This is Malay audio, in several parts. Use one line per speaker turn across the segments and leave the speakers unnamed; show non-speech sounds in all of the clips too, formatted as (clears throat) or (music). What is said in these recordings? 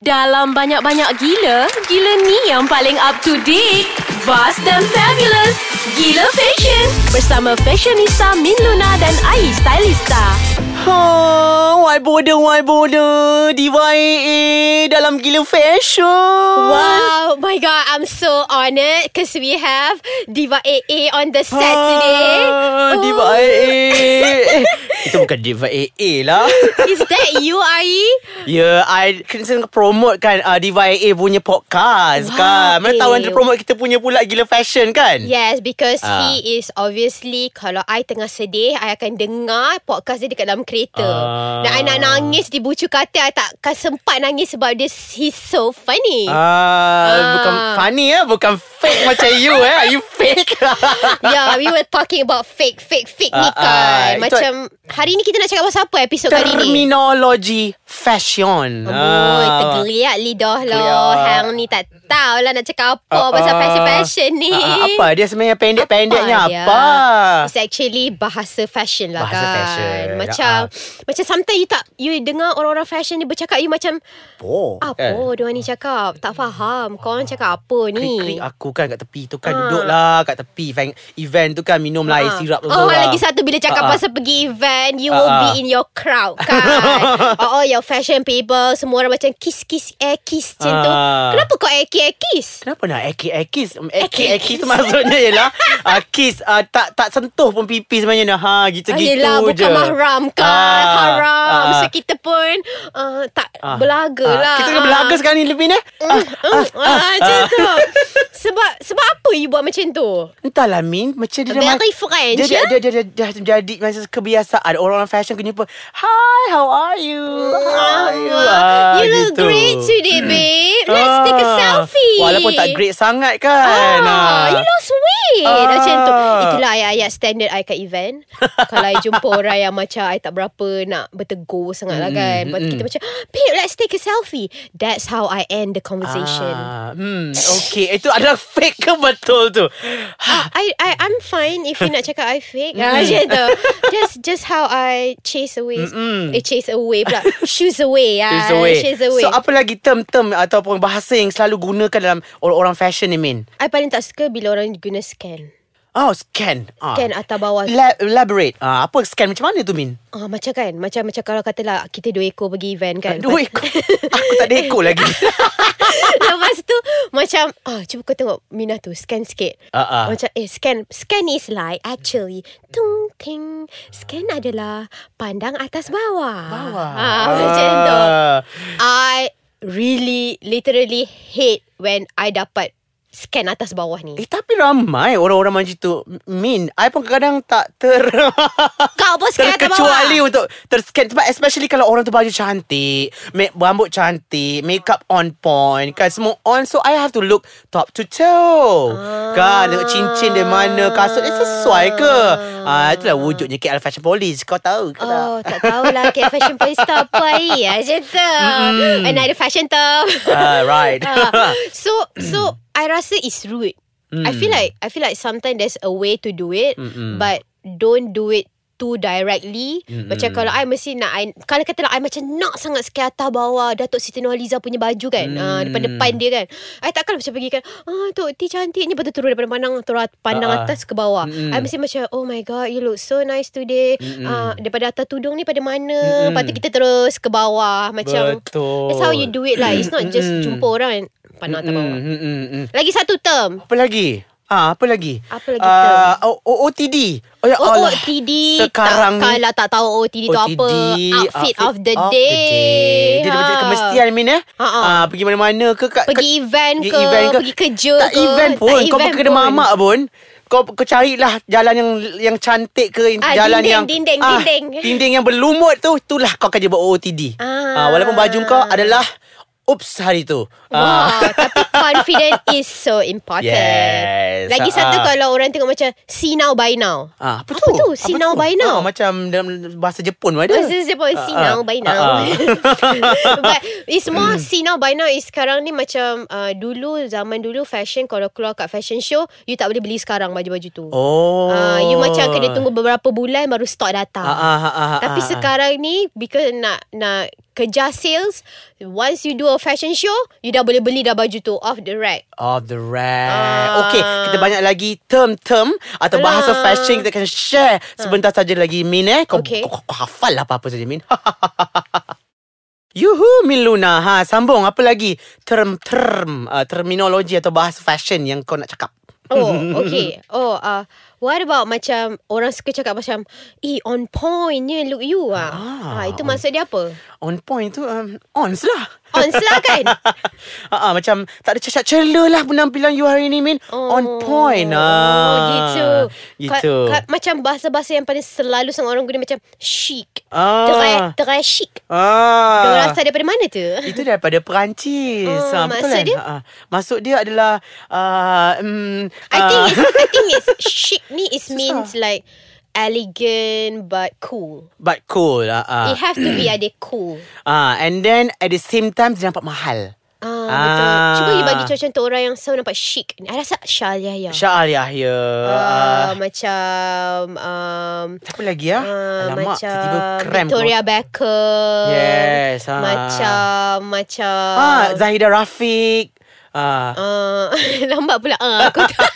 Dalam banyak-banyak gila, gila ni yang paling up to date. Vast dan fabulous. Gila Fashion. Bersama fashionista Min Luna dan Ai Stylista.
Ha, why bother, why bother? DYA dalam gila fashion.
Wow, my God, I'm so honored because we have Diva AA on the set
Ha,
today. Oh.
Diva
Ooh.
AA. eh, (laughs) itu bukan Diva AA
(laughs)
lah.
Is that you, Ari?
Ya, yeah, I kena promote kan uh, Diva AA punya podcast
Wow,
kan. Mana tahu
eh.
yang dia promote kita punya pula gila fashion kan?
Yes, because
Ah.
he is obviously kalau I tengah sedih, I akan dengar podcast dia dekat dalam kereta.
Ah.
Dan I nak nangis di bucu kata, I takkan sempat nangis sebab dia he's so funny.
Ah, (laughs) bukan
Ah.
funny ya, bukan fake macam you eh. Are you fake?
(laughs) Yeah, we were talking about fake, fake, fake ni
Ah, ah,
kan.
itu-
Macam hari ni kita nak cakap pasal apa episod kali ni?
Terminologi fashion.
Oh,
Ah.
tergeliat lidah lo.
Tergeliat.
Hang ni tak tahu lah nak cakap apa
Ah,
uh, pasal
ah.
fashion-fashion ni.
Ah, apa dia sebenarnya pendek-pendeknya
Apa dia?
apa?
It's actually bahasa fashion lah
Bahasa
kan.
fashion. Ah.
Macam macam sometimes you tak you dengar orang-orang fashion ni bercakap you macam
Oh,
apa eh. dia ni cakap? Tak faham. Kau orang cakap apa
Krik-krik
ni?
aku kan kat tepi tu kan
Ah.
Duduklah kat tepi event, event tu kan Minum lah air
Ah.
sirap tu
Oh
lah.
lagi satu Bila cakap
Ah, ah.
pasal pergi event You
Ah,
will
ah.
be in your crowd kan
(laughs)
oh, oh your fashion people Semua orang macam Kiss kiss air kiss Macam tu
Ah.
Kenapa kau air kiss air kiss
Kenapa nak ekis-ekis Ekis-ekis tu maksudnya ialah uh, Kiss uh, tak tak sentuh pun pipi sebenarnya Ha
Ah,
gitu-gitu
Yelah,
je
bukan mahram kan
Ah,
Haram
ah,
So kita pun uh, Tak
ah,
belaga
ah.
lah
Kita kena belaga sekarang ni lebih ni Ah,
Ah, Macam tu Sebab Sebab apa you buat macam tu
Entahlah Min Macam dia dah ma-
Very French
dia, dia,
ya
dia, dia, dia, dia, dia jadi macam kebiasaan Orang-orang fashion kenapa Hi, how are you? How are you? Ah,
You look
gitu.
great today babe Let's take a
Ah,
selfie
Walaupun tak great sangat kan
Ah, You lost weight
Ah.
Macam tu Itulah ayat-ayat standard I kat
(laughs)
event Kalau I jumpa orang yang macam I tak berapa nak bertegur sangat
Hmm,
lah kan Lepas tu kita macam Babe let's take a selfie That's how I end the conversation
Ah, hmm, okay Itu adalah (laughs) fake ke betul tu Ha,
Ah, I, I I'm fine if you nak cakap I fake.
Mm.
Ah, macam tu. Just just how I chase away. Eh, chase away pula. Shoes away. Ah,
It's away.
Shoes away.
So apa lagi term-term Ataupun bahasa yang selalu gunakan Dalam orang-orang fashion ni Min
I paling tak suka bila orang guna scan.
Oh scan Ah.
Scan atas bawah.
La- Elaborate Ah, Apa scan macam mana tu Min
Ah, macam kan? Macam macam kalau katalah kita dua ekor pergi event kan.
Dua ekor (laughs) Aku tak ada ekor lagi
(laughs) Lepas tu macam ah cuba kau tengok Mina tu scan sikit.
Ah, ah.
Macam eh scan scan is like actually tung ting scan adalah pandang atas bawah.
Bawah.
Ah, macam tu.
Ah.
I really literally hate when I dapat scan atas bawah ni.
(laughs) Eh tapi ramai orang-orang macam tu Min I pun kadang tak
(laughs)
ter
Kau pun scan atas bawah.
Terkecuali untuk Terscan Sebab especially kalau orang tu baju cantik make, Rambut cantik Makeup on point Kan semua on So I have to look Top to toe ah. Kan Tengok cincin dari mana Kasut dia sesuai ke ah, Itulah wujudnya KL Fashion Police Kau tahu ke tak
Oh, tak tahulah Okay, fashion police tu apa eh Macam tu Another fashion tu
Mm. Ah,
(laughs)
Right (laughs)
Ah, so so I rasa it's rude.
Hmm.
I feel like I feel like sometimes there's a way to do it, but don't do it too directly. Macam kalau I mesti nak I, kalau katalah I macam nak sangat sekali atas bawah Datuk Siti Nurhaliza punya baju kan.
Hmm.
ah, depan-depan dia kan. I takkan macam pergi kan. Ah Tok T cantiknya betul turun daripada pandang turun at- pandang
Ah, ah.
atas ke bawah.
Mm-mm.
I mesti macam oh my god you look so nice today. Ah daripada atas tudung ni pada mana? Lepas tu kita terus ke bawah macam
Betul
That's how you do it lah. It's not just jumpa orang and pandang atas bawah.
mm, mm, mm.
Lagi satu term.
Apa lagi? Ah, apa lagi?
Apa lagi
Ah, O- O- OTD. Oh ya
Oh,
Allah.
OTD
Sekarang ni-
Takkanlah tak tahu OTD, tu apa Outfit, of the day,
Dia dah macam
Ha.
kemestian Min eh.
Ha, ha.
Ah, pergi mana-mana ke kat
Pergi
kat-
event
pergi
ke, pergi kerja
tak
ke,
event
tak
pun. Kau
event
pergi kena
pun.
mamak pun. Kau kau carilah jalan yang yang cantik ke
Ah,
jalan
dinding,
yang
dinding,
ah,
dinding.
Dinding yang berlumut tu itulah kau akan jadi buat OOTD.
Ah.
Ah, walaupun baju kau adalah ups hari tu. Ah,
Wah,
(laughs)
tapi confident is so important.
Yes.
Lagi satu
Ah.
kalau orang tengok macam see now by now.
Ah, apa,
Apa tu? See now by now.
Ah, macam dalam bahasa Jepun pun ada.
Bahasa Jepun
Ah,
See
ah.
now by now
Ah,
(laughs)
Hmm.
But It's more See now by now Is sekarang ni macam uh, Dulu Zaman dulu Fashion Kalau keluar kat fashion show You tak boleh beli sekarang Baju-baju tu
Oh.
Ah, you macam kena tunggu beberapa bulan baru stok datang.
Ah, ah, ah, ah,
Tapi
ah, ah.
sekarang ni because nak nak kejar sales Once you do a fashion show You dah boleh beli dah baju tu Off the rack
Of Oh, the rack uh. Okay Kita banyak lagi Term-term
Ah. Alah. Ah.
Atau bahasa fashion Kita akan share Sebentar saja lagi Min eh Kau,
Okay.
kau, kau, kau hafal lah apa-apa saja Min (laughs) Yuhu Min Luna ha, Sambung apa lagi Term-term uh, Terminologi atau bahasa fashion Yang kau nak cakap (laughs)
Oh okay Oh uh, What about macam Orang suka cakap macam Eh on pointnya look you ah.
Ah.
ah Itu maksud dia apa?
On point tu um, Ons lah
On lah kan?
uh, Macam Tak ada cacat cela lah Penampilan you hari ni Min
Oh.
(laughs) On point ah.
Oh gitu
Gitu
ka, Macam bahasa-bahasa yang paling selalu Sangat orang guna macam Chic
Ah.
Terai, terai chic
ah.
Diorang asal daripada mana tu?
Itu daripada Perancis.
Oh,
Ah, betul
maksud
kan?
dia?
Ha, ah. Maksud dia adalah uh, um,
I think
ah,
it's, I think it's chic ni is means like elegant but cool.
but cool. Ah, ah.
It have to be ada cool.
Ah, and then at the same time dia nampak mahal.
Ah, betul.
Ah.
Cuba you bagi contoh orang yang selalu nampak chic. I rasa Syah Yahya.
Syah Al Yahya.
Ah,
Ah.
macam um,
Apa lagi ah?
ah,
Alamak,
macam
tiba-tiba krem. Ah,
Victoria Beckham.
Yes, ah.
Macam macam
Kau. Ah, Zahida Rafiq. Ah,
ah, (laughs) lambat pula. Ah,
(laughs)
aku tak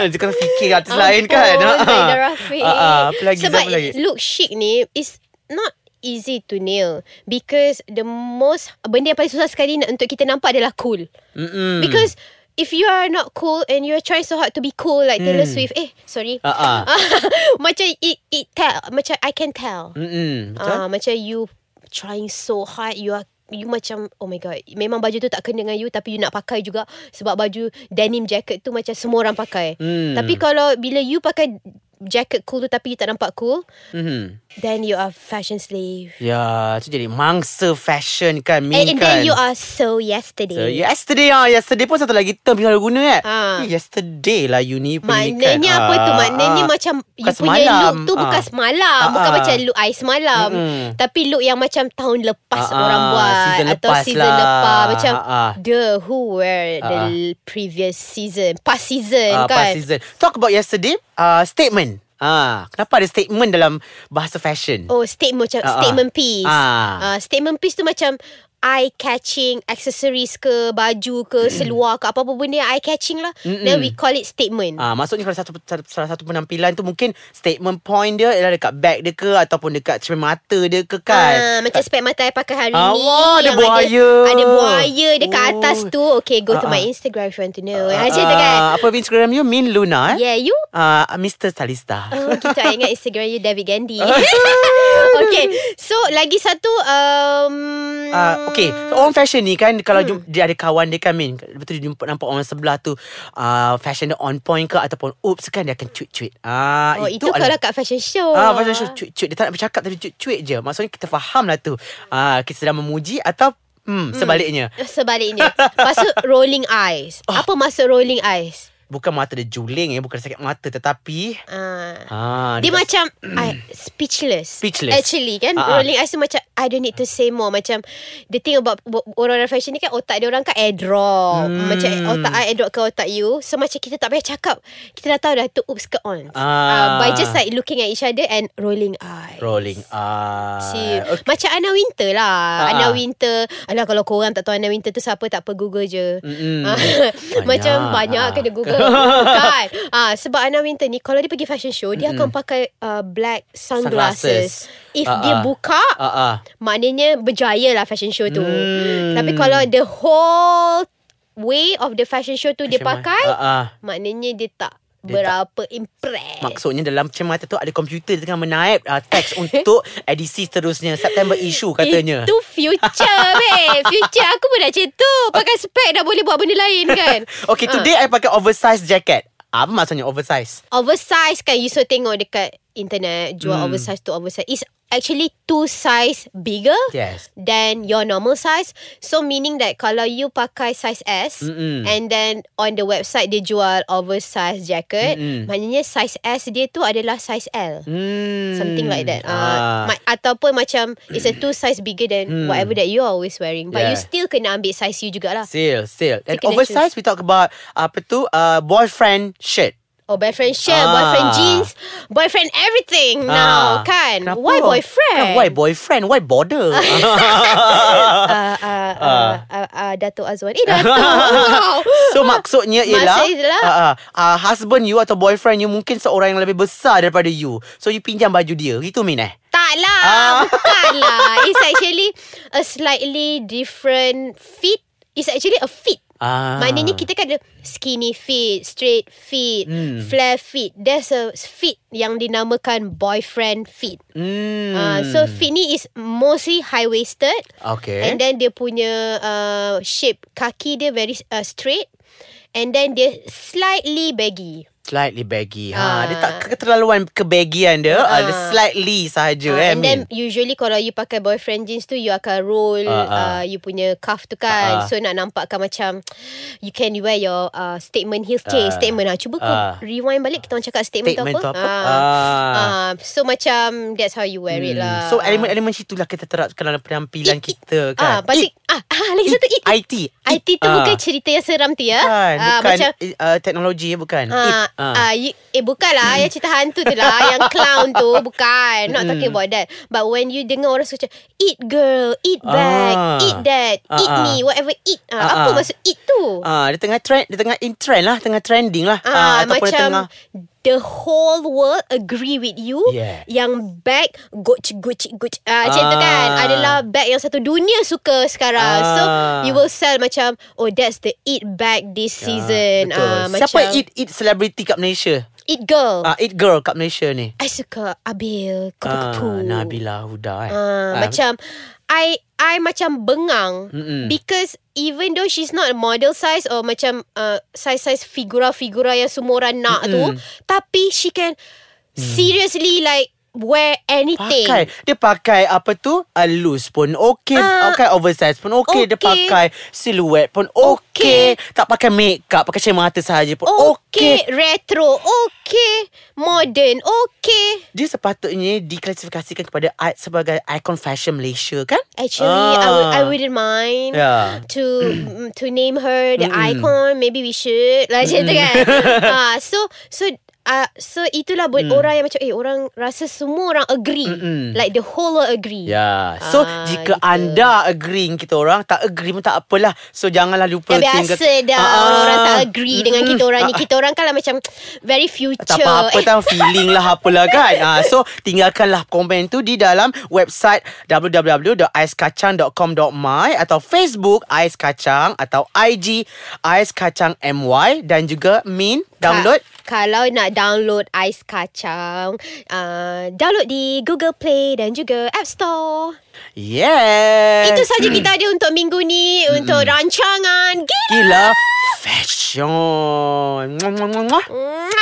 dia kena fikir artis lain kan.
Ampun,
Ah, ah.
Zainal Rafiq.
Ah, ah. apa lagi?
Sebab
apa lagi?
look chic ni is not easy to nail because the most benda yang paling susah sekali nak, untuk kita nampak adalah cool.
Mm-mm.
Because if you are not cool and you are trying so hard to be cool like Taylor Swift, eh sorry.
Mm. Ah,
(laughs) macam it it tell macam I can tell.
Mm-mm, betul?
Ah, macam you trying so hard you are you macam oh my god memang baju tu tak kena dengan you tapi you nak pakai juga sebab baju denim jacket tu macam semua orang pakai.
Hmm.
Tapi kalau bila you pakai jacket cool tu tapi you tak nampak cool,
Mm-hmm.
then you are fashion slave.
Ya, tu jadi mangsa fashion kan, min
Eh, And, and
kan.
then you are so yesterday.
So, yesterday ah, yesterday pun satu lagi term yang selalu guna eh.
Ha.
Eh, Yesterday lah you ni pendidikan.
Maknanya apa tu?
Ah,
Maknanya
ah.
macam you
Bukan
punya
semalam.
look tu
Ah.
bukan semalam, bukan
Ah, ah.
macam look I semalam.
Mm-mm.
Tapi look yang macam tahun lepas
Ah, ah.
orang buat
Season
atau
lepas
season
lah.
lepas macam
Ah, ah.
the who wear the
Ah,
previous season, past season
Ah,
kan.
past season. Talk about yesterday, ah statement. Ah, kenapa ada statement dalam bahasa fashion?
Oh statement macam
Ah, ah.
statement piece.
Ah.
Ah. statement piece tu macam eye catching accessories ke baju ke seluar ke apa-apa benda yang eye catching lah. Mm-mm. Then we call it statement.
Ah, maksudnya kalau satu salah satu penampilan tu mungkin statement point dia adalah dekat bag dia ke ataupun dekat cermin mata dia ke
Ah,
kan.
macam spek mata I pakai hari
Ah,
ni
wah, ada
yang
buaya.
ada, ada buaya dekat
Oh.
atas tu Okay go to
Ah,
my
ah.
Instagram If you want to know
Ah,
Macam tu kan
ah, apa Instagram you? Min Luna eh?
Yeah you
Ah, Mr. Salista.
Oh, gitu I ingat Instagram you David Gandhi
Ah.
(laughs) Okay So lagi satu um,
Uh, okay so, Orang fashion ni kan
Hmm.
Kalau jumpa, dia ada kawan dia kan Min Lepas tu dia jumpa Nampak orang sebelah tu uh, Fashion dia on point ke Ataupun oops kan Dia akan cuit-cuit
Oh
uh,
itu, kalau kat fashion show
Ah, fashion show cuit-cuit Dia tak nak bercakap Tapi cuit-cuit je Maksudnya kita faham lah tu ah, Kita sedang memuji Atau hmm, sebaliknya
Sebaliknya Maksud rolling eyes
Ah.
Apa maksud rolling eyes?
Bukan mata dia juling eh, Bukan sakit mata Tetapi
Ah,
ah,
Dia
tak-
macam I, Speechless
Speechless.
Actually kan
Ah, ah.
Rolling eyes tu macam I don't need to say more Macam The thing about bo- Orang-orang fashion ni kan Otak dia orang kan airdrop
Hmm.
Macam otak I airdrop ke otak you So macam kita tak payah cakap Kita dah tahu dah tu Oops ke on
Ah.
By just like looking at each other And rolling eyes
Rolling ah,
Chill. Macam Anna Winter lah
Ah,
Anna
ah.
Winter Alah kalau korang tak tahu Anna Winter tu siapa Tak apa google je (laughs)
Mm-mm.
Ah,
Banyak.
Macam banyak
Ah.
kena google
(laughs)
Bukan ah, Sebab Anna Winter ni Kalau dia pergi fashion show Dia akan pakai uh, Black sunglasses, If
Ah,
dia
ah.
buka
ah, ah.
Maknanya berjaya lah fashion show tu
Hmm.
Tapi kalau the whole Way of the fashion show tu Dia
Macam mana?
pakai
ah, ah.
Maknanya dia tak
Dia
Berapa impress
Maksudnya dalam macam mata tu ada komputer tengah menaip uh,
(laughs)
teks untuk edisi seterusnya September issue katanya.
Itu
(laughs)
future babe Future aku pun nak macam tu Pakai spek dah boleh buat benda lain kan
(laughs) Okay, today I pakai oversize jacket. Apa maksudnya oversize?
Oversize kan You so tengok dekat internet Jual
Hmm.
oversize to oversize It's actually two size bigger
Yes.
Than your normal size So meaning that Kalau you pakai size S
Mm-mm.
And then On the website Dia jual oversize jacket
Mm-mm.
Maknanya size S dia tu Adalah size L
Hmm. Ah.
Something like that uh, ma- Ataupun macam It's a two size bigger than
Hmm.
Whatever that you are always wearing But you
Yeah.
still kena ambil size you jugalah
Still, still. And
Still kena
oversize we talk about apa tu uh, boyfriend shirt.
Oh boyfriend share
Ah.
Boyfriend jeans Boyfriend everything
Ah.
Now kan
Kenapa?
Why boyfriend
Kan, why boyfriend? Why
(laughs)
Ah, bother?
uh, uh,
Ah.
uh, uh, uh, Dato' Azwan Eh
(laughs)
Dato'
so maksudnya ialah
Maksud ialah-
ah, ah, ah, husband you atau boyfriend you mungkin seorang yang lebih besar daripada you. So you pinjam baju dia. Itu min eh?
Tak lah
Ah.
Bukan lah It's actually A slightly different fit It's actually a fit
Ah.
Maknanya kita kan ada skinny fit, straight fit,
Hmm.
flare fit. There's a fit yang dinamakan boyfriend fit.
Hmm.
Uh, so fit ni is mostly high waisted
Okay.
and then dia punya uh, shape kaki dia very uh, straight and then dia slightly baggy.
Slightly baggy. Ha,
Ah.
dia tak keterlaluan kebagian dia. Ah, dia slightly sahaja
Uh,
eh.
and
Min?
then usually kalau you pakai boyfriend jeans tu you akan roll
Ah, ah.
uh, you punya cuff tu kan.
Ah, ah.
So nak nampakkan macam you can wear your uh, statement heels. Uh,
Ah.
statement lah. Cuba kau
Ah.
rewind balik kita orang cakap statement,
Statement
tu apa.
Ah.
Ah, so macam that's how you wear it
Hmm.
lah.
So elemen-elemen situlah kita terapkan dalam penampilan kita
Ah,
kan.
balik ah, ah lagi satu it.
IT.
IT tu
Ah.
bukan cerita yang seram tu ya.
Bukan,
Ah,
bukan
macam
uh, teknologi bukan.
Ah,
It. Ah.
ah, you, eh bukan lah Yang cerita hantu tu lah Yang clown
(laughs)
tu Bukan Not talking
Hmm.
about that But when you dengar orang suka macam Eat girl Eat back
Ah.
Eat that
Ah,
Eat
ah.
me Whatever eat ah,
Ah,
Apa
ah.
maksud eat tu
Ah, dia tengah trend, dia tengah in trend lah, tengah trending lah.
Ah,
ataupun
macam
dia
the whole world agree with you
Yeah.
yang bag goch goch goch ah, macam tu
Ah.
kan adalah bag yang satu dunia suka sekarang so
Ah.
you will sell macam oh that's the eat bag this season
Betul.
ah,
Siapa
macam Oh.
it it celebrity kat Malaysia?
eat girl
Ah, it girl kat Malaysia ni.
I suka Abil
Ah,
Kupu-kupu
Nabila Huda eh.
Ah, Macam I I macam bengang
Mm-mm.
Because Even though she's not model size Or macam uh, Size-size figura-figura Yang semua orang nak
Mm-mm. Hmm.
tu Tapi she can Seriously like Wear anything
Pakai Dia pakai apa tu uh, Loose pun okay
Ah.
uh, Pakai oversize pun okay. Dia
Okey.
pakai Silhouette pun okay. Tak pakai make up Pakai cermin mata sahaja pun
Okay.
okay.
Retro Okay Modern Okay
Dia sepatutnya Diklasifikasikan kepada art Sebagai icon fashion Malaysia kan
Actually I, would, I
Ah.
wouldn't mind
Yeah.
to mm, to (clears throat) name her the icon maybe we should lah macam tu kan (laughs) ah so so ah so itulah buat
Mm.
orang yang macam eh orang rasa semua orang agree like the whole world agree
Ya yeah. So
Ah,
jika
gitu.
anda agree dengan kita orang Tak agree pun tak apalah So janganlah lupa
Dah Kan biasa
sehingga-
dah
Ah, ah.
Orang-orang tak agree Dengan kita orang ni Kita orang kan lah macam Very future Eh,
Tak apa-apa tau Feeling lah apalah kan ha, So tinggalkanlah komen tu Di dalam website www.aiskacang.com.my Atau Facebook Ais Kacang Atau IG Ais Kacang MY Dan juga Min Download
Ka- kalau nak download Ais Kacang uh, Download di Google Play Dan juga App Store
Yeah
Itu saja kita ada untuk minggu ni Untuk rancangan Gila
Gila Fashion Mwah, mwah, mwah, mwah.
Mwah.